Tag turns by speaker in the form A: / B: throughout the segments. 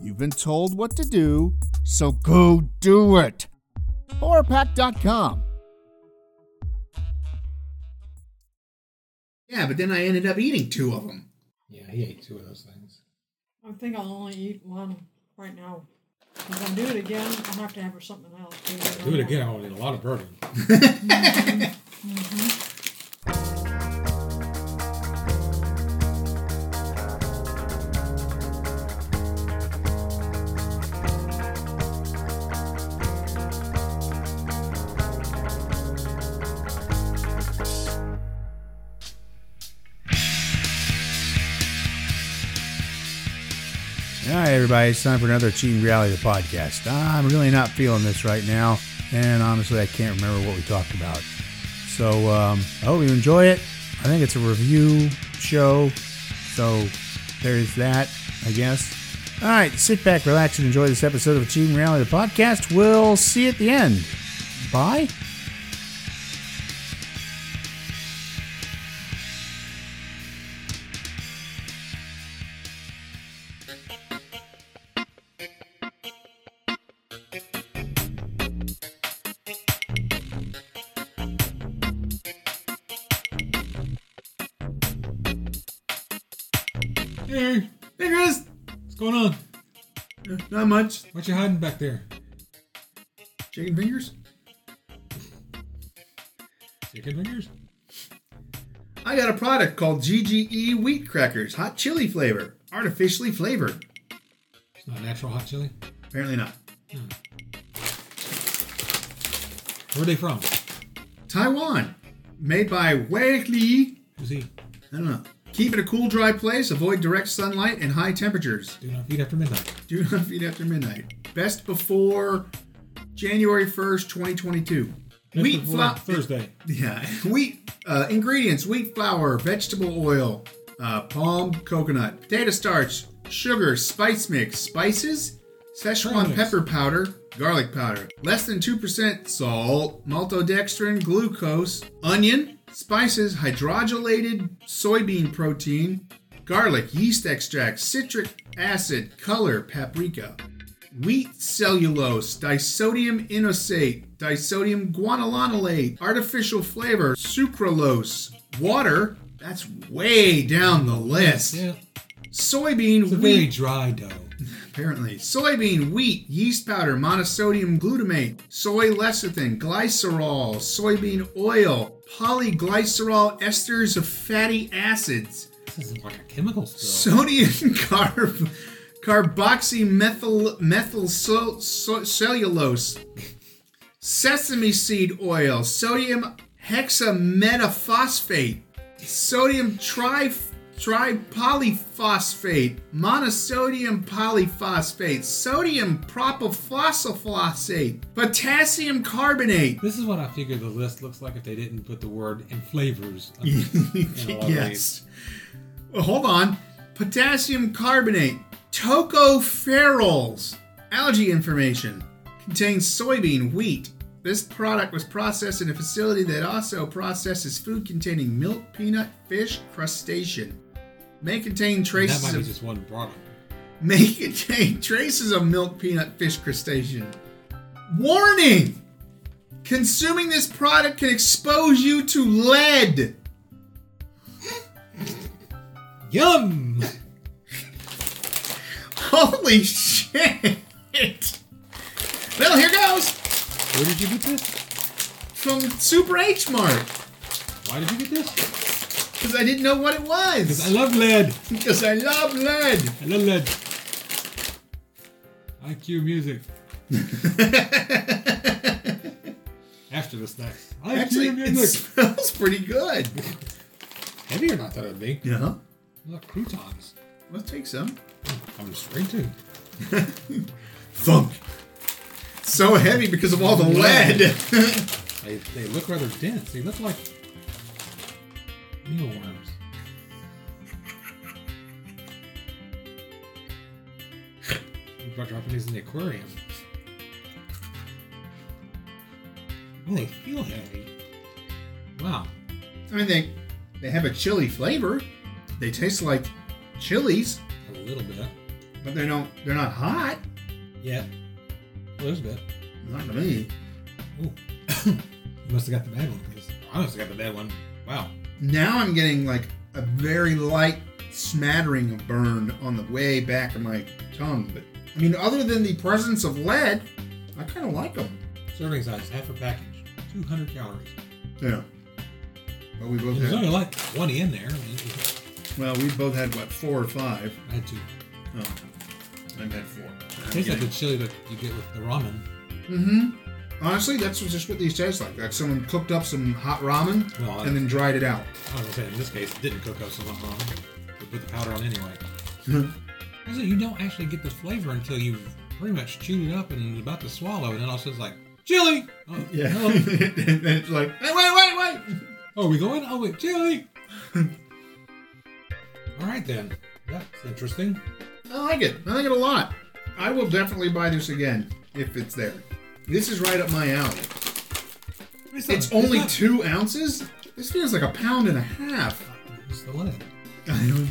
A: you've been told what to do, so go do it! horrorpack.com.
B: Yeah, but then I ended up eating two of them.
C: Yeah, he ate two of those things.
D: I think I'll only eat one right now. If I do it again, I'll have to have something else.
C: Do it again, I would eat a lot of bourbon.
E: All right, everybody, it's time for another Achieving Reality the podcast. I'm really not feeling this right now, and honestly, I can't remember what we talked about. So um, I hope you enjoy it. I think it's a review show, so there's that, I guess. All right, sit back, relax, and enjoy this episode of Achieving Reality the podcast. We'll see you at the end. Bye.
C: Hey, Larry,
B: Hey, Chris.
C: what's going on?
B: Not much.
C: What you hiding back there?
B: Chicken fingers?
C: Chicken fingers?
B: I got a product called GGE Wheat Crackers, hot chili flavor, artificially flavored.
C: It's not natural hot chili.
B: Apparently not.
C: Where are they from?
B: Taiwan, made by Wakely.
C: Who's he?
B: I don't know. Keep in a cool, dry place. Avoid direct sunlight and high temperatures.
C: Do not feed after midnight.
B: Do not feed after midnight. Best before January 1st, 2022.
C: That's
B: wheat
C: before
B: flour.
C: Thursday.
B: Yeah. Wheat uh, ingredients wheat flour, vegetable oil, uh, palm coconut, potato starch, sugar, spice mix, spices,
C: Curry
B: Szechuan
C: mix.
B: pepper powder, garlic powder, less than 2% salt, maltodextrin, glucose, onion, spices, hydrogenated soybean protein, garlic, yeast extract, citric acid, color, paprika wheat cellulose, disodium inosate, disodium guanolinolate, artificial flavor, sucralose, water. That's way down the list.
C: Yeah.
B: Soybean
C: It's a very
B: wheat,
C: dry dough.
B: apparently. Soybean wheat, yeast powder, monosodium glutamate, soy lecithin, glycerol, soybean oil, polyglycerol esters of fatty acids,
C: This is like a chemical spill.
B: sodium carb carboxymethyl methyl so, so- cellulose sesame seed oil sodium hexametaphosphate sodium tri tripolyphosphate monosodium polyphosphate sodium propophosphate potassium carbonate
C: this is what I figure the list looks like if they didn't put the word and flavors. under- in a lot of these.
B: yes. Well, hold on. Potassium carbonate, tocopherols, algae information, contains soybean wheat. This product was processed in a facility that also processes food containing milk, peanut, fish, crustacean. May contain
C: that
B: traces
C: might be
B: of
C: just one product.
B: may contain traces of milk, peanut, fish, crustacean. Warning! Consuming this product can expose you to lead.
C: Yum!
B: Holy shit! Well, here goes
C: Where did you get this?
B: from Super H Mart
C: Why did you get this?
B: because I didn't know what it
C: Because I
B: was
C: love lead.
B: because I love lead.
C: I love lead. IQ music. After the snacks. IQ
B: Actually, it
C: music.
B: smells pretty good.
C: Heavier than I thought it would be.
B: Yeah,
C: Look, croutons.
B: let's take some.
C: I'm straight to.
B: Thunk. So heavy because of all the lead.
C: They, they look rather dense. They look like mealworms. What About dropping these in the aquarium. Oh, they feel heavy. Wow.
B: I mean, they they have a chili flavor. They taste like chilies,
C: A little bit.
B: but they don't. They're not hot.
C: Yeah. A little bit.
B: Not to me.
C: Ooh. you must have got the bad one because I must have got the bad one. Wow.
B: Now I'm getting like a very light smattering of burn on the way back of my tongue. But I mean, other than the presence of lead, I kind of like them.
C: Serving size, half a package, 200 calories.
B: Yeah. But we both
C: There's
B: had,
C: only like one in there. I mean, it-
B: well, we both had what four or five.
C: I had two.
B: Oh, I've had four.
C: Tastes like the chili that you get with the ramen.
B: Mm-hmm. Honestly, that's just what these taste like. Like someone cooked up some hot ramen
C: Well, I-
B: and then dried it out.
C: I was gonna say in this case, it didn't cook up so much ramen. We put the powder on anyway. Actually, you don't actually get the flavor until you've pretty much chewed it up and is about to swallow, and then all of a sudden it's like chili. Oh,
B: Yeah.
C: Oh,
B: and it's like, hey, wait, wait, wait.
C: oh, are we going? Oh wait, chili. all right then. That's interesting.
B: I like it. I like it a lot. I will definitely buy this again if it's there. This is right up my alley.
C: not-
B: It's only
C: not-
B: two ounces. This feels like a pound and a half.
C: It's the lid.
B: I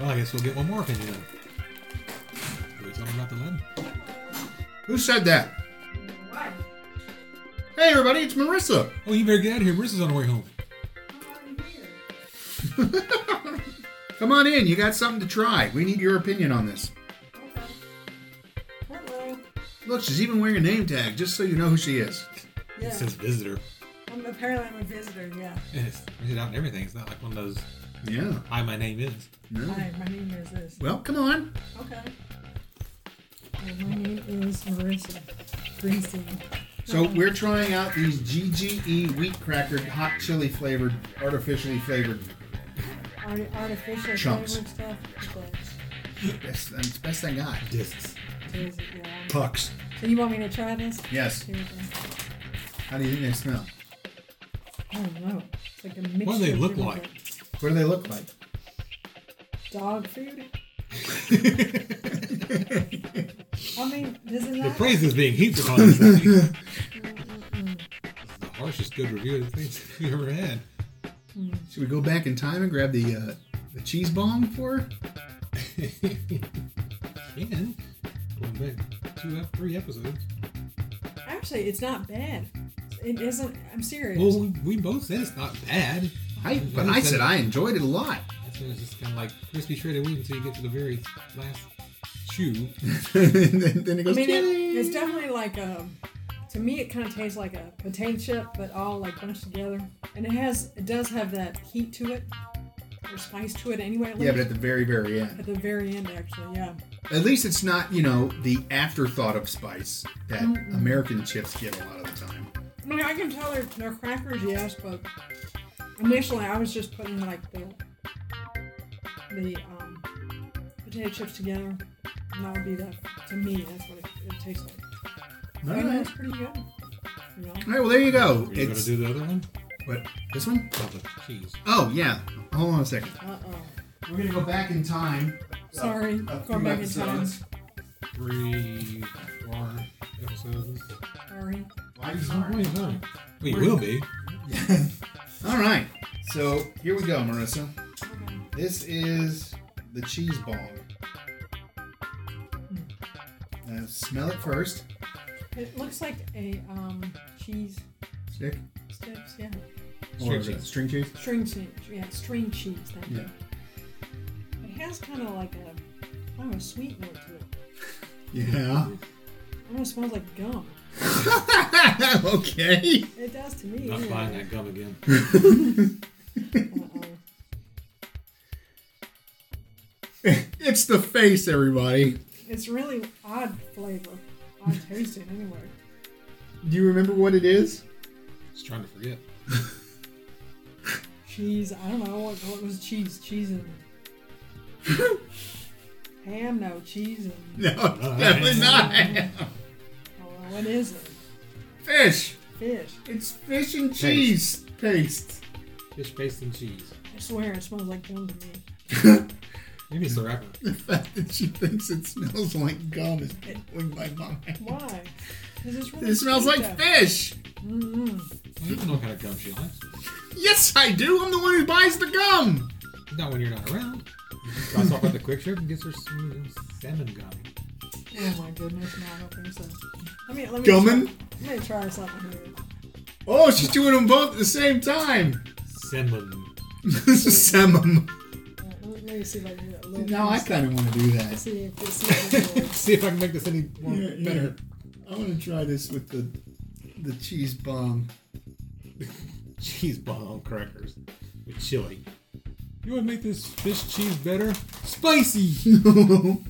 C: Well, I guess we'll get one more opinion. then. Can we tell them about the lid?
B: Who said that?
D: Why?
B: Hey, everybody, it's Marissa.
C: Oh, you better get out of here. Marissa's on her way home.
B: Come on in. You got something to try. We need your opinion on this.
D: Hello.
B: Look, she's even wearing a name tag, just so you know who she is.
D: Yeah.
C: It says visitor.
D: I'm, apparently I'm a visitor, yeah.
C: And it's printed out and everything. It's not like one of those
B: Yeah.
C: "Hi, my name is."
B: No.
D: Hi, my name is this.
B: Well, come on.
D: Okay. And my name is Marissa Greenstein.
B: So we're trying out these GGE wheat cracker hot chili flavored, artificially flavored.
D: Art- artificial
B: Chunks.
D: flavored stuff.
B: That's, that's the best I got.
C: Discs.
D: but it is- yeah.
B: Pucks.
D: So you want me to try this?
B: Yes.
D: Here we go.
B: How do you think they smell?
D: I don't know. It's like a mixture.
C: What do they
D: of
C: look
D: different
C: like?
D: things.
B: What do they look like?
D: Dog food. I mean, isn't
C: The
D: that?
C: praise is being heaped upon us. this is the harshest good review of the things we ever had.
B: Should we go back in time and grab the uh, the cheese bomb for? her?
C: Again, going back two, ep- three episodes.
D: Actually, it's not bad. It isn't. I'm serious.
C: Well, we, we both said it's not bad.
B: I but I said I enjoyed it a lot.
C: So it's just kind of like crispy shredded wheat until you get to the very last chew.
B: and then, then it
D: I
B: goes.
D: mean, it,
B: "Chili."
D: it's definitely like a. To me, it kind of tastes like a potato chip, but all like bunched together, and it has it does have that heat to it, or spice to it anyway. at
B: yeah, but at
D: least.
B: the very very end.
D: at the very end, actually, yeah.
B: At least it's not you know the afterthought of spice that American chips get a lot of the time.
D: I mean, I can tell they're, they're crackers, yes, but initially I was just putting like the the um, potato chips together, and that would be the to me that's what it, it tastes like.
B: All
D: I mean,
B: right.
D: that's pretty good. You know,
B: All right. Well, there you go.
C: Are you going to
B: It's
C: do the other one?
B: what this one?
C: Oh, the cheese.
B: Oh yeah. Hold on a second.
D: uh oh,
B: We're gonna go back in time.
D: sorry,
B: a
D: going
B: few
D: back in time.
B: episodes.
C: Three, four episodes.
D: Sorry.
B: Why you
C: Oh,
B: sorry?
C: wait, no. Well, you will be.
B: All right. So here we go, Marissa.
D: Okay.
B: This is the cheese ball. Hmm. Uh, smell it first.
D: It looks like a um, cheese
B: Stick.
D: sticks, yeah,
C: String
B: Or, uh,
C: cheese.
B: String cheese.
D: string cheese, yeah, string cheese. Thank
B: Yeah.
D: you. It has kind of like a kind of a sweet note to it.
B: Yeah.
D: Oh, It almost smells like gum.
B: okay.
D: It Uh-uh. does to me.
C: Not
D: anyway.
C: buying that gum again.
D: Uh-oh.
B: It's the face, everybody.
D: It's really odd flavor. Odd tasting anyway.
B: Do you remember what it is?
C: Just trying to forget.
D: Cheese. I don't know what, what was cheese. Cheese and ham, no cheese, and
B: No, definitely not.
D: oh, what is it?
B: Fish.
D: Fish.
B: It's fish and cheese paste.
C: Fish paste and cheese.
D: I swear it smells like gum to me.
C: Maybe it's the wrapper.
B: The fact that she thinks it smells like gum is blowing my mind.
D: Why? 'Cause it's really Mm-hmm.
B: It smells
D: sweet,
B: like
D: though.
B: fish.
C: I don't know what kind of gum she likes.
B: Yes, I do. I'm the one who buys the gum.
C: Not when you're not around. She buys off at the quick trip and gets her some salmon gum.
D: Oh my goodness, no, I don't think so. Let me, let me
B: Gummin?
D: Try, let me try something here.
B: Oh, she's doing them both at the same time.
C: Salmon.
B: Semum.
D: Uh, Let me see if I can get a little.
B: Now I kind of want to do that.
D: See if this smells good.
C: See if I can make this any more
B: Yeah, yeah.
C: better.
B: I want to try this with the the cheese bomb.
C: Cheese ball on crackers with chili. You want to make this fish cheese better? Spicy.
B: Good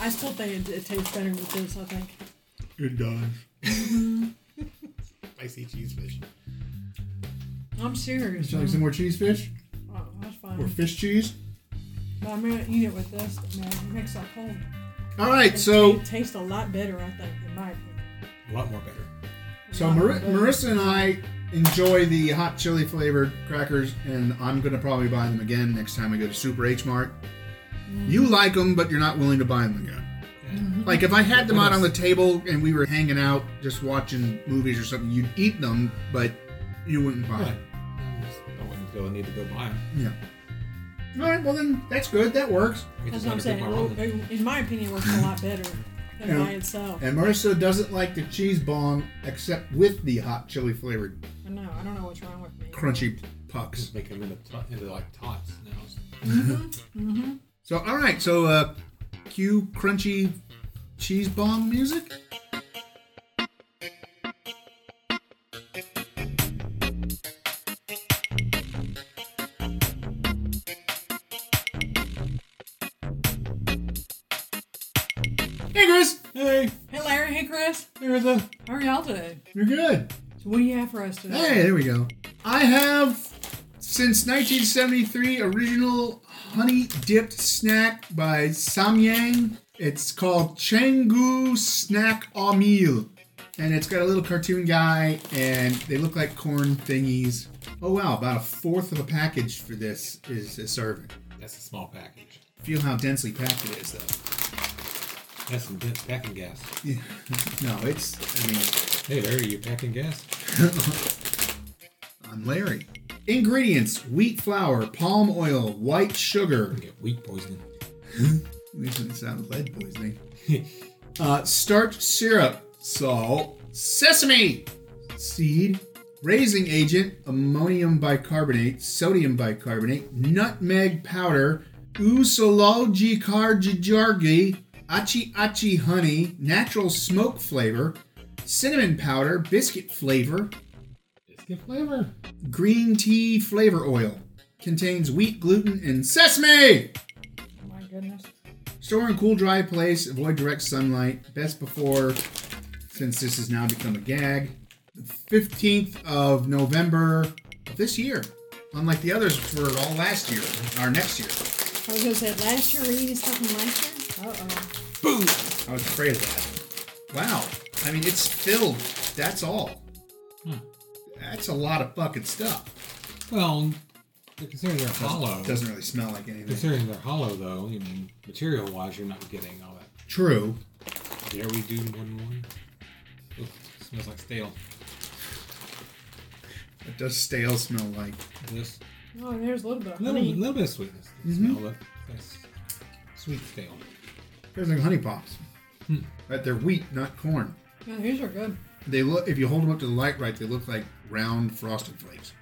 D: I still think it, it tastes better with this. I think.
B: dog.
C: Spicy cheese fish.
D: I'm serious.
B: Would you like some more cheese fish
D: Oh, that's
B: or
D: fine.
B: fish cheese?
D: But I'm gonna eat it with this. But man, it makes that whole.
B: All right,
D: It,
B: so
D: it tastes a lot better. I think, in my opinion.
C: A lot more better.
B: so Mar- Marissa and I enjoy the hot chili flavored crackers, and I'm gonna probably buy them again next time I go to Super H Mart. You like them, but you're not willing to buy them again.
D: Mm-hmm.
B: Like if I had them out on the table and we were hanging out, just watching movies or something, you'd eat them, but you wouldn't buy
C: Right.
B: them.
C: I'm just- I wouldn't feel a need to go buy them.
B: Yeah. All right, well then that's good. That works.
C: I could
D: That's
C: just
D: what
C: let
D: I'm
C: her
D: saying.
C: cook
D: It,
C: my
D: will-
C: ramen.
D: it, in my opinion, it works a lot better than
B: Yeah.
D: by itself.
B: And Marissa doesn't like the cheese bong except with the hot chili flavored
D: I know. I don't know what's wrong with me.
B: crunchy pucks.
C: Just make them into, tot- into like tots now.
B: So all right, so uh, cue crunchy cheese bong music. Hey Chris,
C: Hey,
D: Hey Larry. Hey Chris.
C: there's a
D: How are y'all today?
B: you're good.
D: So what do you have for us today?
B: Hey, there we go. I have since 1973 original honey dipped snack by Samyang. It's called Chenggu Snack au Meal. And it's got a little cartoon guy and they look like corn thingies. Oh wow, about a fourth of a package for this is a serving.
C: That's a small package.
B: Feel how densely packed it is though.
C: That's some dense packing gas.
B: Yeah. no, it's I mean
C: Hey, Larry, you packing gas?
B: I'm Larry. Ingredients wheat flour, palm oil, white sugar,
C: I get wheat poisoning.
B: At least it sounded lead poisoning. uh, starch syrup, salt, sesame seed, raising agent, ammonium bicarbonate, sodium bicarbonate, nutmeg powder, usologi carjijargi, achi achi honey, natural smoke flavor, cinnamon powder, biscuit flavor,
C: Biscuit flavor.
B: green tea flavor oil. Contains wheat gluten and sesame!
D: Oh my goodness.
B: Store in cool, dry place. Avoid direct sunlight. Best before, since this has now become a gag. The 15th of November of this year. Unlike the others were all last year, or next year.
D: I was gonna say last year we eating something last year. Uh oh.
B: I was afraid of that. Wow. I mean, it's filled. That's all. That's a lot of fucking stuff.
C: Well, considering they're hollow,
B: Doesn't really smell like anything.
C: considering they're hollow though, you mean material-wise, you're not getting all that.
B: True.
C: Dare we do one more? Ugh, smells like stale.
B: What does stale smell like?
C: This
D: Oh, there's a little bit. Of
C: little,
D: honey.
C: little bit of sweetness. You Smell that. That's sweet stale.
B: There's like honey pops. But they're wheat, not corn.
D: Yeah, these are good.
B: They look if you hold them up to the light right, they look like round frosted flakes.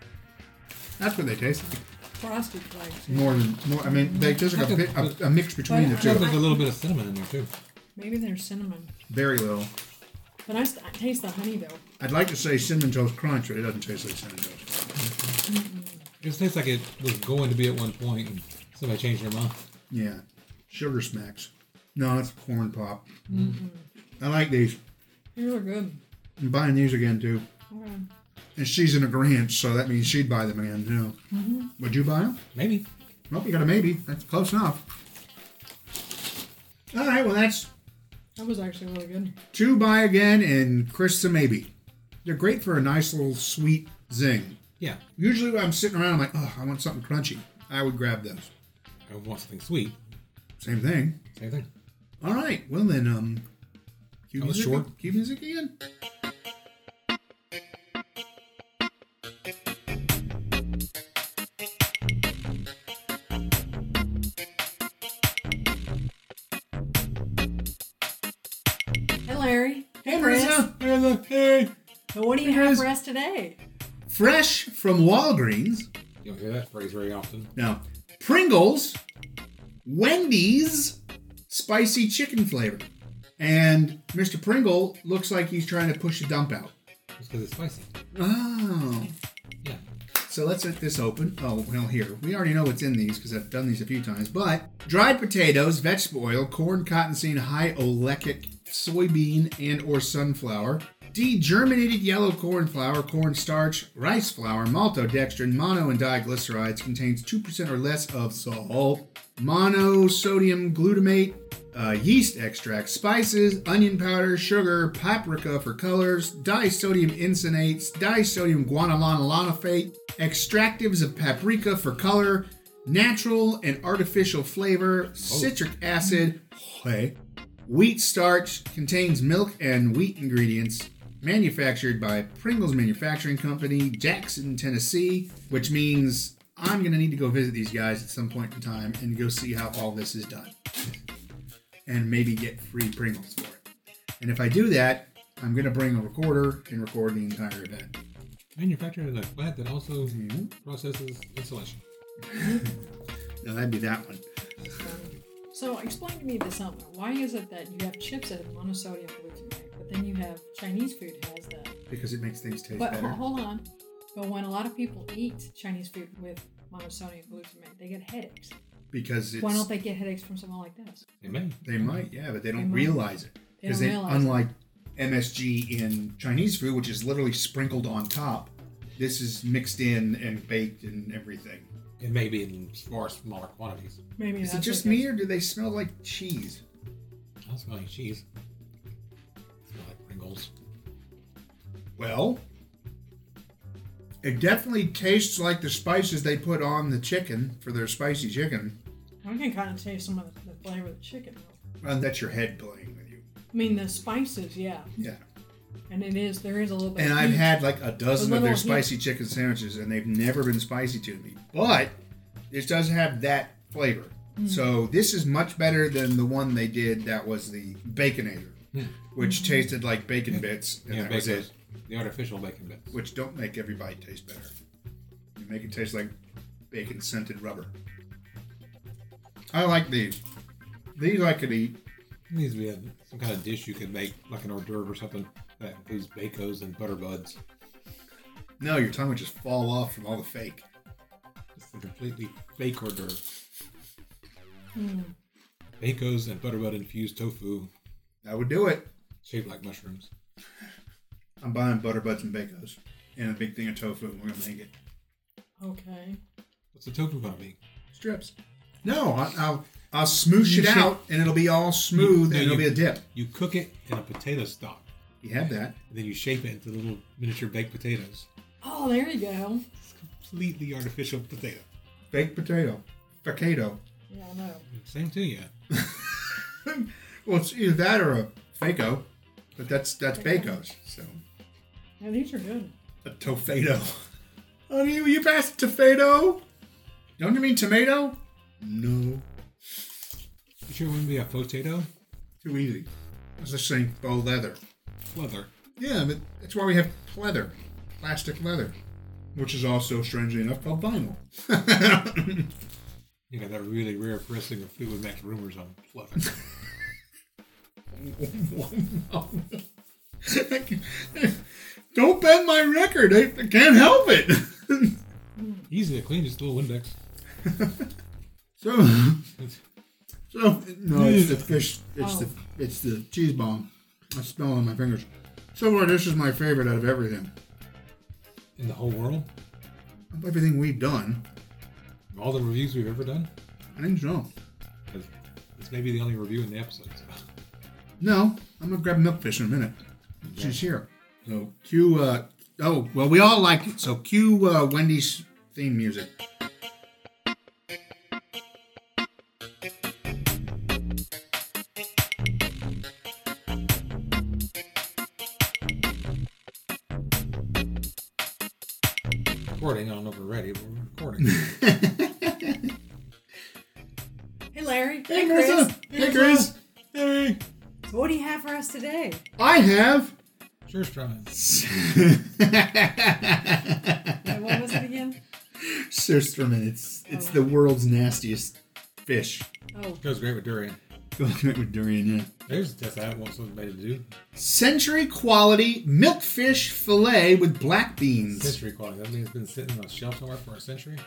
B: That's what they taste like.
D: Frosted flakes.
B: More than more. I mean, they just like a, bit, a, a mix between the
C: I bet
B: two.
C: there's a little bit of cinnamon in there too.
D: Maybe there's cinnamon.
B: Very little.
D: But I, st- I taste the honey though.
B: I'd like to say cinnamon toast crunch, but it doesn't taste like cinnamon toast.
C: It just tastes like it was going to be at one point, and somebody changed their mind.
B: Yeah, sugar smacks. No, it's corn pop. Mm-hmm. I like these.
D: These are good.
B: I'm buying these again too.
D: Okay.
B: And she's in a grant, so that means she'd buy them again Mm-hmm. too. Would you buy them?
C: Maybe.
B: Well, you got a maybe. That's close enough. All right, well, that's
D: That was actually really good.
B: Two by again and Chris Samaby. They're great for a nice little sweet zing.
C: Yeah,
B: Usually when I'm sitting around, I'm like, oh, I want something crunchy. I would grab those.
C: I want something sweet.
B: Same thing.
C: Same thing.
B: All right. Well then, um, cue
C: That was
B: music.
C: short.
B: Cue music again.
D: Hey, Larry.
B: Hey,
D: Chris.
B: Marissa.
C: Hey!
D: So what do you have for us today?
B: Fresh from Walgreens.
C: You don't hear that phrase very often.
B: Now, Pringles, Wendy's, spicy chicken flavor, and Mr. Pringle looks like he's trying to push a dump out.
C: It's because it's spicy.
B: Oh.
C: Yeah.
B: So let's let this open. Oh, well, here. We already know what's in these because I've done these a few times. But dried potatoes, vegetable oil, corn, cottonseed, high oleic, soybean, and or sunflower. Degerminated yellow corn flour, corn starch, rice flour, maltodextrin, mono and diglycerides contains 2% or less of salt, monosodium glutamate, uh, yeast extract, spices, onion powder, sugar, paprika for colors, disodium incinnates, disodium guanylonolonofate, extractives of paprika for color, natural and artificial flavor, citric acid, okay, wheat starch, contains milk and wheat ingredients. Manufactured by Pringles Manufacturing Company, Jackson, Tennessee, which means I'm going to need to go visit these guys at some point in time and go see how all this is done and maybe get free Pringles for it. And if I do that, I'm going to bring a recorder and record the entire event.
C: Manufacturer is a plant that also processes insulation.
B: Now that'd be that one.
D: So explain to me this something. Why is it that you have chips that have monosodium glutamate, but then you have Chinese food has that?
B: Because it makes things taste
D: But ho-
B: better.
D: hold on. But when a lot of people eat Chinese food with monosodium glutamate, they get headaches.
B: Because it's,
D: Why don't they get headaches from something like this?
C: They may.
B: they might, yeah, but they don't
D: might.
B: realize it.
D: They
B: Because
D: don't
B: they,
D: realize it.
B: unlike MSG in Chinese food, which is literally sprinkled on top, this is mixed in and baked and everything.
C: It may be in far smaller quantities.
D: Maybe
B: Is
D: that's
B: it
D: what
B: just
D: goes-
B: me or do they smell like cheese?
C: I smell like cheese. I smell like Pringles.
B: Well, it definitely tastes like the spices they put on the chicken for their spicy chicken.
D: I can kind of taste some of the, the flavor of the chicken.
B: And Uh, that's your head playing with you.
D: I mean, the spices, yeah,
B: Yeah.
D: and it is there is a little bit.
B: And
D: of
B: I've
D: heat.
B: had like a dozen
D: A
B: of their
D: little heat.
B: spicy chicken sandwiches, and they've never been spicy to me. But this does have that flavor. So this is much better than the one they did that was the Baconator, which tasted like bacon bits, and
C: yeah,
B: that was
C: bacon.
B: it.
C: The artificial bacon bits.
B: Which don't make every bite taste better. You make it taste like bacon scented rubber. I like these. These I could eat.
C: It needs to be a, some kind of dish you could make, like an hors d'oeuvre or something that includes bacos and butter buds.
B: No, your tongue would just fall off from all the fake.
C: It's a completely fake hors d'oeuvre. Bacos and butterbud infused tofu
B: That would do it.
C: shaped like mushrooms.
B: I'm buying butter butts and bacos and a big thing of tofu. and We're gonna make it
D: okay.
C: What's the tofu gonna be?
B: strips. No, I, I'll I'll smoosh
C: You
B: it
C: should-
B: out and it'll be all smooth
C: No,
B: and it'll be
C: you-
B: a dip.
C: You cook it in a potato stock,
B: You have that.
C: and then you shape it into little miniature baked potatoes.
D: Oh, there you go.
C: It's completely artificial potato.
B: Baked potato, facato.
D: Yeah, I know.
C: Same to you.
B: Well, it's either that or a faco, but that's that's bacos. So
D: Yeah, these are good.
B: a tofato. Honey, will Oh, you pass the tofato? Don't you mean tomato? No,
C: You sure it wouldn't be a potato?
B: too easy. It's the same faux leather.
C: Leather.
B: Yeah, but that's why we have leather, plastic leather, which is also, strangely enough, called vinyl.
C: You got that really rare pressing of Fleetwood Mac's rumors on leather.
B: Don't bend my record. I, I can't help it.
C: Easy to clean, just a little Windex.
B: so, so no, it's the fish. It's the it's the cheese bomb. I smell it on my fingers. So far, this is my favorite out of everything.
C: In the whole world,
B: Of everything we've done,
C: all the reviews we've ever done,
B: I think so.
C: Because This may be the only review in the episode. So.
B: No, I'm gonna grab milkfish in a minute. She's here. So cue. Uh, oh well, we all like it. So cue uh, Wendy's theme music.
C: Recording. I don't know if we're ready, but we're recording.
D: Hey, Larry.
B: Hey, Carissa. Hey, Chris.
C: hey.
D: So what do you have for us today?
B: I have.
C: Sure, trying.
D: And what was it again?
B: Sirsterman. It's it's the world's nastiest fish.
D: Oh,
C: Goes great with durian.
B: Going back with durian. Yeah.
C: There's a test I want somebody to do.
B: Century quality milkfish fillet with black beans.
C: Century quality. That means it's been sitting on a shelf somewhere for a century.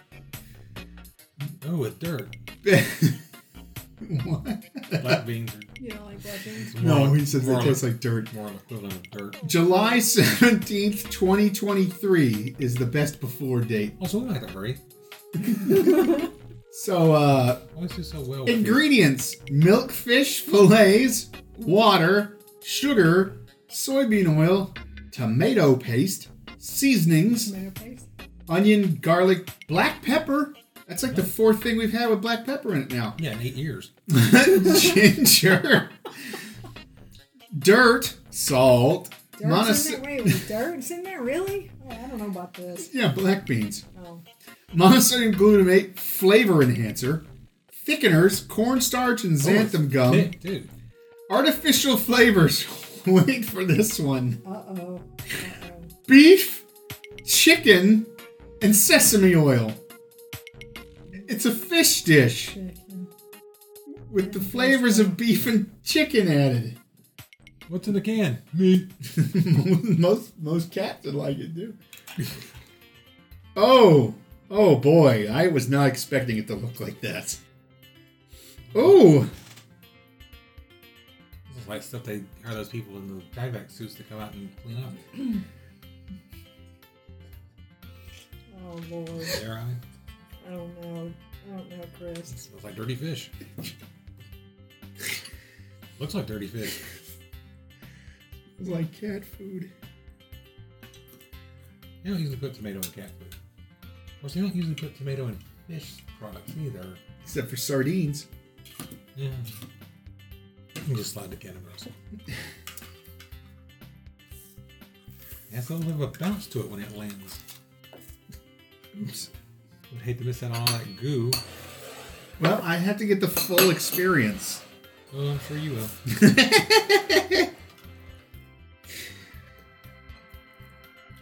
C: Oh, with dirt.
B: what?
C: Black beans are
D: you know, like black beans.
B: No,
C: more-
B: he says
C: more
B: that
C: of-
B: tastes like dirt.
C: more of an equivalent of dirt.
B: July 17th, 2023 is the best before date.
C: Also, we don't have to hurry.
B: So, uh,
C: Always do so well. with it.
B: ingredients milkfish fillets, water, sugar, soybean oil, tomato paste, seasonings,
D: Tomato paste.
B: onion, garlic, black pepper. That's like the fourth thing we've had with black pepper in it now.
C: Yeah, in eight years.
B: Ginger, dirt, salt,
D: Dirt's
B: monos-
D: in there. Wait, was dirt's in there? Really? Oh, I don't know about this.
B: yeah, black beans.
D: Oh,
B: monosodium glutamate flavor enhancer, thickeners, cornstarch and xanthan gum,
C: Oh, Thick, too.
B: artificial flavors. Wait for this one.
D: uh oh.
B: Beef, chicken, and sesame oil. It's a fish dish
D: Chicken.
B: with the flavors of beef and chicken added.
C: What's in the can? Meat.
B: most most cats would like it too. oh, oh boy! I was not expecting it to look like that. Oh,
C: This is like stuff they hire those people in the Tyvek suits to come out and clean up.
D: Oh, Lord.
C: Their eye.
D: I don't know. I don't know, Chris.
C: Smells like dirty fish. Looks like dirty fish.
B: It's like cat food.
C: They don't usually put tomato in cat food. Of course, they don't usually put tomato in fish products either.
B: Except for sardines.
C: Yeah. You can just slide the can of roast. That's a little bit of a bounce to it when it lands.
B: Oops.
C: Would hate to miss out on all that goo.
B: Well, I have to get the full experience.
C: Oh, I'm sure you will.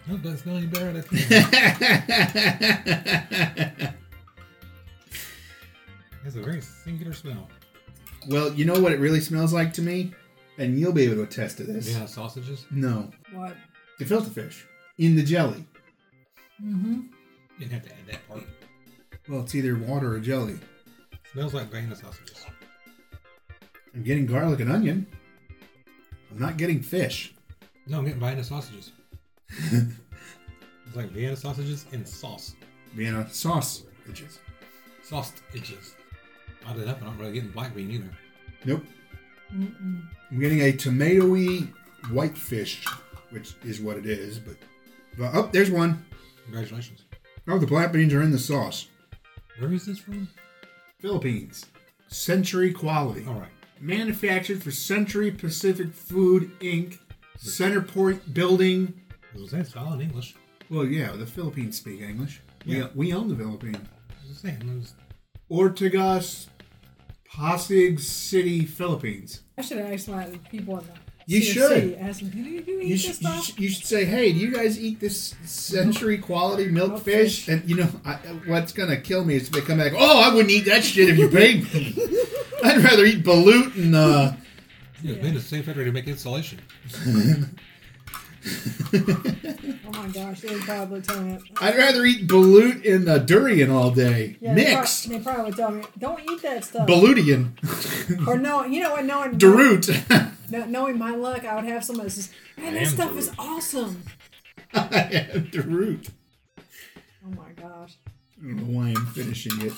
C: no, it doesn't smell any better. That's That's a very singular smell.
B: Well, you know what it really smells like to me? And you'll be able to attest to this.
C: Yeah, sausages.
B: No.
D: What?
B: The filter fish. In the jelly.
C: You didn't have to add that part.
B: Well, it's either water or jelly.
C: Smells like Vienna sausages.
B: I'm getting garlic and onion. I'm not getting fish.
C: No, I'm getting Vienna sausages. it's like Vienna sausages in sauce.
B: Vienna sauce. Bitches.
C: Sausages. Odd enough, I'm not really getting black bean either.
B: Nope. I'm getting a tomatoey whitefish, which is what it is, but. but oh, there's one.
C: Congratulations.
B: Oh, the black beans are in the sauce.
C: Where is this from?
B: Philippines. Century quality.
C: All right.
B: Manufactured for Century Pacific Food Inc. Centerport Building.
C: It was saying it's all in English.
B: Well, yeah, the Philippines speak English.
C: Yeah.
B: We, we own the Philippines.
C: It was saying it was
B: Ortigas, Pasig City, Philippines.
D: I should ask my people in the
B: You
D: CFC,
B: should.
D: Ask them, do you, do you eat
B: You,
D: this
B: sh- you,
D: stuff?
B: sh- you should say, hey, do you guys eat this century quality milk fish?
D: Milkfish.
B: And you know, I, what's going to kill me is if they come back, oh, I wouldn't eat that shit if you paid me. I'd rather eat balut and uh,
C: Yeah, yeah. made the same factory to make insulation.
D: Oh my gosh, they would probably tell me.
B: I'd rather eat balut and uh, durian all day.
D: Yeah, they prob-
B: Mixed.
D: They probably would tell me, don't eat that stuff.
B: Balutian.
D: or no, you know what? Knowing
B: Darut.
D: kno- knowing my luck, I would have somebody that says, man, this
C: am
D: stuff
C: Darut.
D: is awesome.
B: Darut.
D: Oh my gosh.
B: I don't know why I'm finishing it.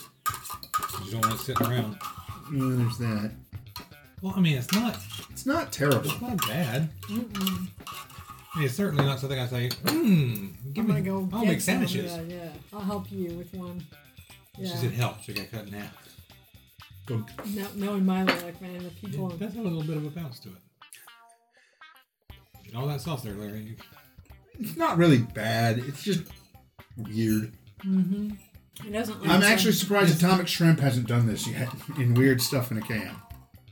C: You don't want it sitting around.
B: Well, there's that.
C: Well, I mean, it's not
B: It's not terrible.
C: it's not bad. I mean, it's certainly not something I say. Mmm.
D: I'm
C: Give
D: gonna
C: me.
D: go.
C: I'll
D: get
C: make
D: some of
C: sandwiches.
D: that, Yeah, I'll help you with one.
C: She
D: Yeah.
C: said help. She got cut in half.
B: Go-
D: No, knowing my luck, man, the people.
C: It does have a little bit of a bounce to it. And all that sauce there, Larry.
B: It's not really bad. It's just weird.
D: It doesn't. like
B: I'm
D: some-
B: actually surprised Atomic Shrimp hasn't done this yet in weird stuff in a can.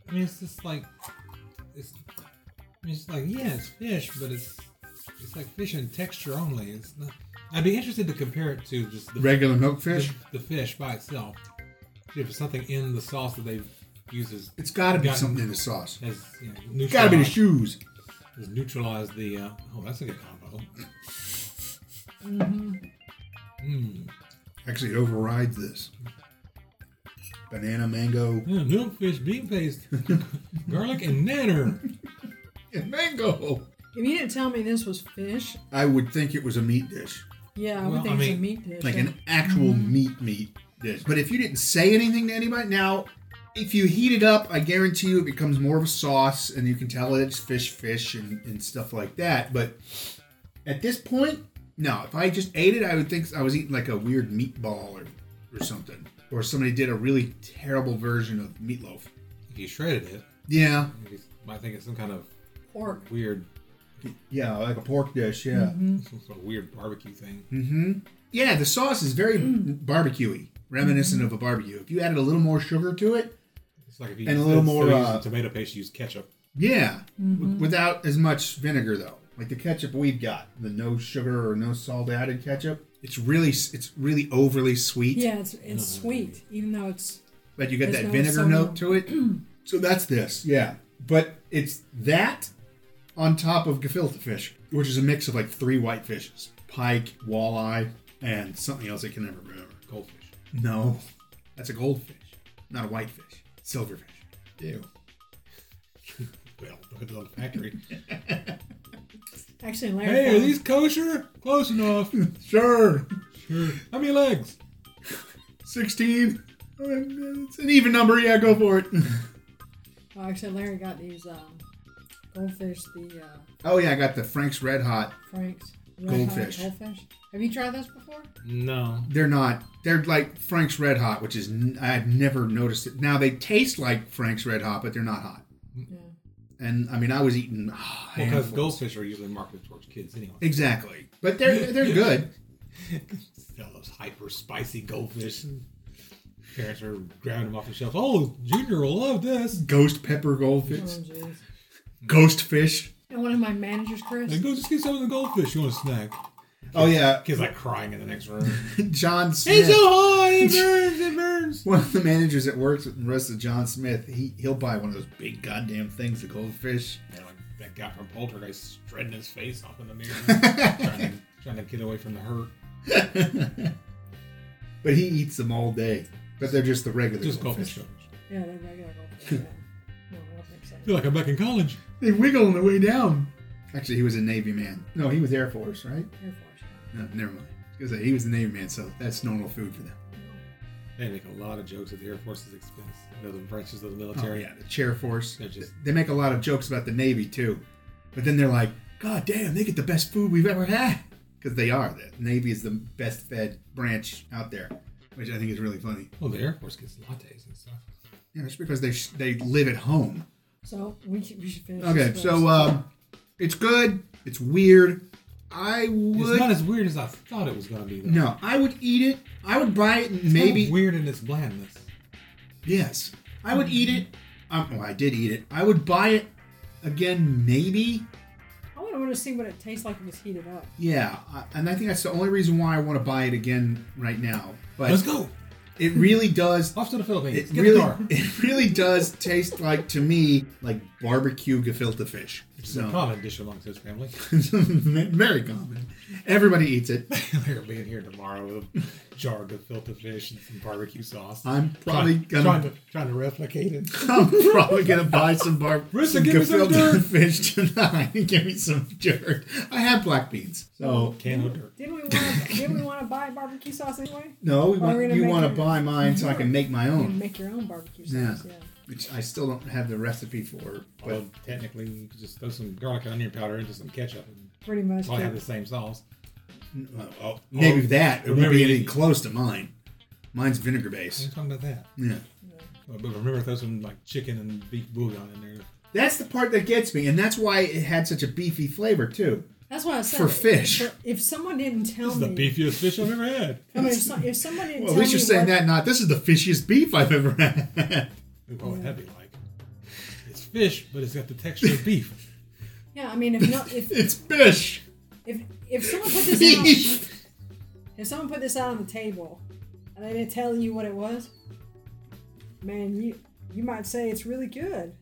C: I mean, it's just like it's. I mean, it's like yeah, it's fish, but it's it's like fish in texture only. It's not. I'd be interested to compare it to just the
B: Regular milk
C: the,
B: fish.
C: the fish by itself. See if there's something in the sauce that they've used as
B: It's got to be
C: Got-
B: something in the sauce.
C: as you know,
B: It's got to be the
C: neutralized,
B: shoes.
C: has neutralized the. Uh, oh, that's a good combo. Mm.
B: Actually, it overrides this. Banana, mango,
C: Yeah, milk fish, bean paste, garlic, and nanner.
B: and mango.
D: If you didn't tell me this was fish,
B: I would think it was a meat dish,
D: yeah, I
C: Well,
D: would think
C: I
D: it's a
C: mean,
D: meat dish.
B: like
D: yeah.
B: an actual meat meat dish. But if you didn't say anything to anybody, now if you heat it up, I guarantee you it becomes more of a sauce, and you can tell it's fish, fish, and, and stuff like that. But at this point, no. If I just ate it, I would think I was eating like a weird meatball or, or something, or somebody did a really terrible version of meatloaf.
C: If you shredded it,
B: Yeah,
C: you might think it's some kind of
D: pork.
C: weird,
B: yeah, like a pork dish. Yeah.
C: some sort of weird barbecue thing.
B: Mm-hmm. Yeah, the sauce is very barbecuey, reminiscent of a barbecue. If you added a little more sugar to it,
C: It's like if you
B: And a
C: instead
B: little
C: of
B: more,
C: using
B: uh,
C: tomato paste, you use ketchup.
B: yeah,
D: Mm-hmm.
B: w- without as much vinegar though. Like the ketchup we've got, the no sugar or no salt added ketchup, it's really s- it's really overly sweet.
D: Yeah, it's it's sweet, even though it's
B: but you get
D: There's
B: that
D: no
B: vinegar
D: salt.
B: note to it. so that's this, yeah. But it's that on top of gefilte fish, which is a mix of like three white fishes: pike, walleye, and something else I can never remember.
C: Goldfish.
B: No, that's a goldfish, not a whitefish. Silverfish. Ew.
C: Well, look at the little factory.
D: actually Larry.
C: hey, are
D: found-
C: these kosher? Close enough.
B: Sure.
C: Sure. How many legs?
B: 16. Uh, It's an even number. Yeah, go for it.
D: well, actually Larry got these um, goldfish, the uh,
B: oh, yeah, I got the Frank's Red Hot.
D: Frank's red hot
B: Goldfish.
D: goldfish. Have you tried those before?
C: No.
B: They're not, they're like Frank's Red Hot, which is, n- I've never noticed it. Now, they taste like Frank's Red Hot, but they're not hot.
D: Yeah.
B: And I mean, I was eating. ah,
C: Because
B: handfuls.
C: goldfish are usually marketed towards kids anyway.
B: Exactly. But they're they're good.
C: Sell those hyper spicy goldfish. Parents are grabbing them off the shelf. Oh, Junior will love this.
B: Ghost pepper
D: Oh,
B: goldfish.
D: jeez.
B: Ghost fish.
D: And one of my managers, Chris.
C: Like, go just get some of the goldfish. You want a snack?
B: Oh, yeah.
C: Kids like crying in the next room.
B: John
C: it's
B: Smith.
C: so hot. It burns. It burns.
B: one of the managers that works with the rest of John Smith, he he'll buy one of those big goddamn things, the goldfish.
C: And like that guy from Poltergeist shredding his face off in the mirror, trying, to, trying to get away from the hurt.
B: But he eats them all day. But they're just the regular.
C: Just
B: goldfish.
C: goldfish. goldfish.
D: Yeah, they're regular goldfish. Yeah. No, I don't think so.
C: feel like I'm back in college.
B: They wiggle on the way down. Actually, he was a Navy man. No, he was Air Force, right?
D: Air Force.
B: No, never mind. I was gonna say, he was a Navy man, so that's normal food for them.
C: They make a lot of jokes at the Air Force's expense. You know, the branches of the
B: Oh,
C: military.
B: yeah, the chair force.
C: They're just-
B: They make a lot of jokes about the Navy too, but then they're like, "God damn, they get the best food we've ever had," because they are. The Navy is the best fed branch out there, which I think is really funny.
C: Well, the Air Force gets lattes and stuff.
B: Yeah, it's because they they live at home.
D: So we should, we should finish.
B: Okay,
D: this
B: so
D: first.
B: um, it's good. It's weird. I
C: It's not
B: would
C: as weird as I thought it was going to be. Though.
B: no. I would eat it. I would buy it. And
C: It's kind of
B: maybe
C: weird in its blandness.
B: yes. I would eat it. Um, oh, I did eat it. I would buy it again. Maybe
D: I want to see what it tastes like when it's heated up.
B: yeah. I, and I think that's the only reason why I want to buy it again right now. But
C: Let's go
B: it really does.
C: off to the Philippines.
B: It
C: Get
B: really,
C: the car.
B: it really does taste like to me like barbecue gefilte fish.
C: It's a
B: So
C: common dish amongst his family.
B: very common. Everybody eats it.
C: They're being here tomorrow with a jar of filter fish and some barbecue sauce.
B: I'm probably gonna
C: trying, trying to trying to replicate it.
B: I'm probably gonna buy some bar
C: Rissa,
B: some
C: give me some
B: gefilte
C: dirt.
B: fish tonight. give me some dirt. I have black beans, so
C: Can of dirt.
D: Didn't we want? to Didn't we want to buy barbecue sauce anyway?
B: no. We
D: Are we
B: want,
D: gonna
B: you
D: make
B: want
D: it-
B: to buy mine so I can make my
D: You
B: own.
D: can make your own barbecue sauce. Yeah.
B: which I still don't have the recipe for. But
C: Well, technically, you could just throw some garlic and onion powder into some ketchup and
D: Pretty much.
C: probably have
D: but-
C: the same sauce.
B: uh, oh, maybe
C: oh,
B: that it won't
C: remember
B: be
C: you-
B: anything close to mine. Mine's vinegar
C: What are
B: based.
C: you talking about that?
B: Yeah,
C: Well, But remember, throw some like chicken and beef bouillon in there.
B: that's the part that gets me, and that's why it had such a beefy flavor too.
D: That's why I said
B: For fish.
D: for- If someone didn't tell
C: This is the
B: Oh.
D: me,
C: beefiest fish I've ever had.
D: I mean, if, so, if someone didn't
B: Well, at
D: tell
B: least
D: me
B: you're saying
D: what-
B: that. Not this is the fishiest beef I've ever had.
C: What would that be like? It's fish, but it's got the texture of beef.
D: Yeah, I mean, if not, if
B: it's fish.
D: if if someone put this out,
B: Fish.
D: if someone put this out on the table, and they didn't tell you what it was, man, you you might say it's really good.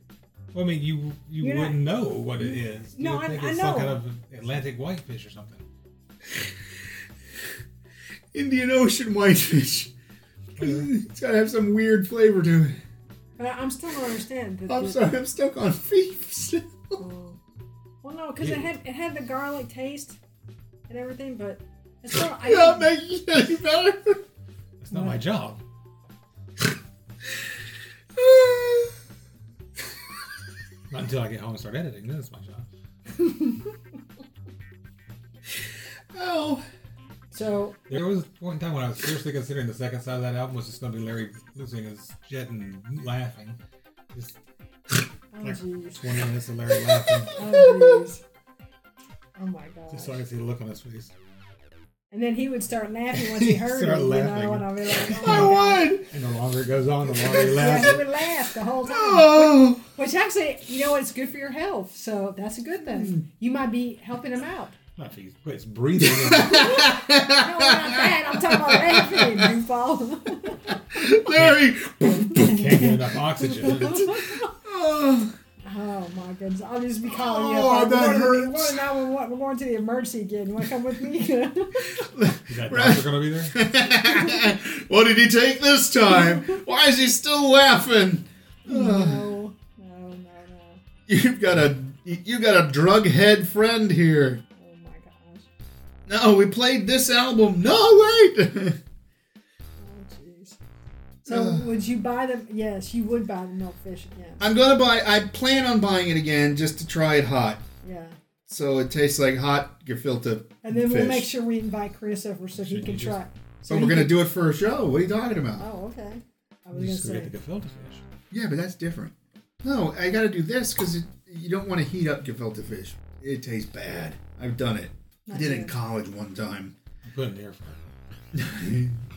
C: Well, I mean, you you
D: You're not-
C: wouldn't know what it is. You
D: No,
C: would
D: I-
C: think
D: I
C: it's
D: know.
C: some kind of Atlantic whitefish or something.
B: Indian Ocean whitefish. It's gotta have some weird flavor to it.
D: But I, I'm still don't understand. The,
B: I'm
D: the-
B: sorry, I'm stuck on beef. still.
D: Well, no, because it had it had the garlic taste and everything, but it's still, I,
B: You're not making it any better.
C: That's not my job. Not until I get home and start editing. Then it's my job.
B: oh,
D: so
C: There was one time when I was seriously considering the second side of that album was just going to be Larry losing his jet and laughing. Just
D: oh
C: Like-
D: jeez,
C: 20 minutes of Larry laughing.
D: oh jeez, oh my
C: Just so I
D: god.
C: could see the look on his face.
D: And then he would start laughing once he heard
C: Start
D: it, you
C: laughing.
D: know, and I'd be like,
B: I
D: oh my God.
B: won.
C: And the longer it goes on, the longer he
D: Yeah, he
C: laughs.
D: would laugh the whole time.
B: Oh,
D: Which actually, you know, it's good for your health. So that's a good
B: Hmm.
D: thing. You might be helping him out.
C: Not if he quits breathing. and-
D: No, not that. I'm talking about laughing, goofball.
B: Larry.
C: Can't get enough oxygen.
B: Oh,
D: oh my goodness! I'll just be calling
B: Oh,
D: you. up.
B: that
D: we're going to the-
B: hurts.
D: We're, now we're, wa- we're going to the emergency again. You want to come with me?
C: Is that doctor going to be there?
B: what did he take this time? Why is he still laughing?
D: no, no, no, no.
B: You've got a you got a drug head friend here.
D: Oh my gosh!
B: No, we played this album. No, wait.
D: Oh jeez. So would you buy them? Yes, you would buy the milk fish again.
B: I'm gonna buy. I plan on buying it again just to try it hot,
D: Yeah.
B: so it tastes like hot gefilte
D: And then
B: fish.
D: we'll make sure we invite Chris over so he
C: Should
D: can
C: you
D: try.
B: So we're gonna do it for a show. What are you talking about?
D: Oh, okay. I was
C: You
D: gonna
C: just go
D: say.
C: get the gefilte fish.
B: Yeah, but that's different. No, I gotta do this because you don't want to heat up gefilte fish. It tastes bad. I've done it. I did it in
D: good.
B: college one time.
C: Put it in there for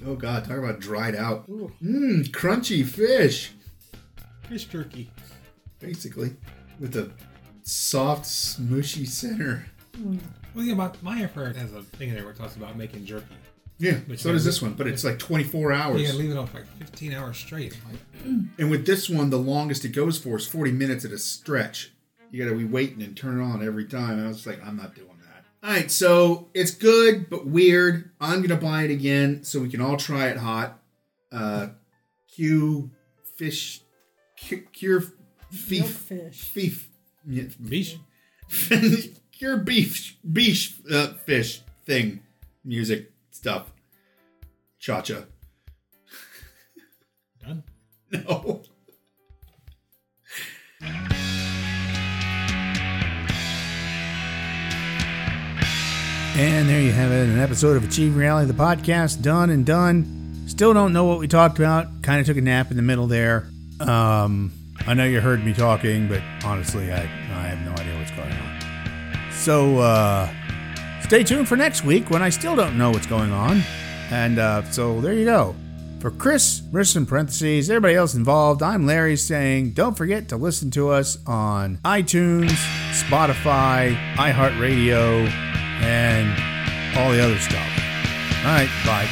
B: Oh God, talk about dried out. Mmm, crunchy fish,
C: fish turkey.
B: basically, with a soft, smooshy center.
C: Well, yeah, my, my air fryer has a thing in there where it talks about making jerky.
B: Yeah,
C: But
B: so
C: you
B: does
C: gotta-
B: this one, but it's like 24 hours.
C: You gotta leave it on for like 15 hours straight. I'm like,
B: And with this one, the longest it goes for is 40 minutes at a stretch. You gotta be waiting and turn it on every time. And I was like, I'm not doing that. All right, so it's good but weird. I'm gonna buy it again so we can all try it hot. Uh, Q fish, cu- cure
D: Milk
B: beef,
D: fish.
B: beef, yeah,
C: Fish?
B: cure beef, beef uh, fish thing, music stuff, cha cha.
C: Done?
B: No.
E: And there you have it, an episode of Achieving Reality, the podcast, done and done. Still don't know what we talked about. Kind of took a nap in the middle there. Um, I know you heard me talking, but honestly, I, I have no idea what's going on. So uh, stay tuned for next week when I still don't know what's going on. And uh, so there you go. For Chris, Chris in parentheses, everybody else involved, I'm Larry saying don't forget to listen to us on iTunes, Spotify, iHeartRadio, and all the other stuff. All right, bye.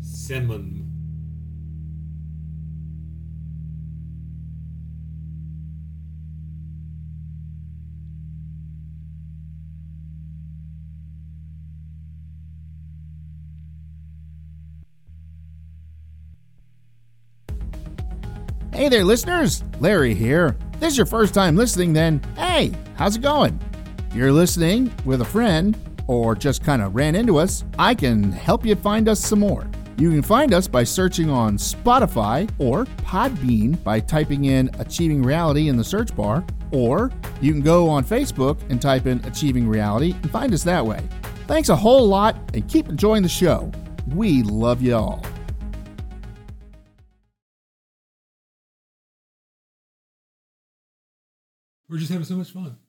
C: Salmon.
B: Hey there, listeners. Larry here. If this is your first time listening, then hey, how's it going? If you're listening with a friend or just kind of ran into us, I can help you find us some more. You can find us by searching on Spotify or Podbean by typing in Achieving Reality in the search bar, or you can go on Facebook and type in Achieving Reality and find us that way. Thanks a whole lot and keep enjoying the show. We love you all.
C: We're just having so much fun.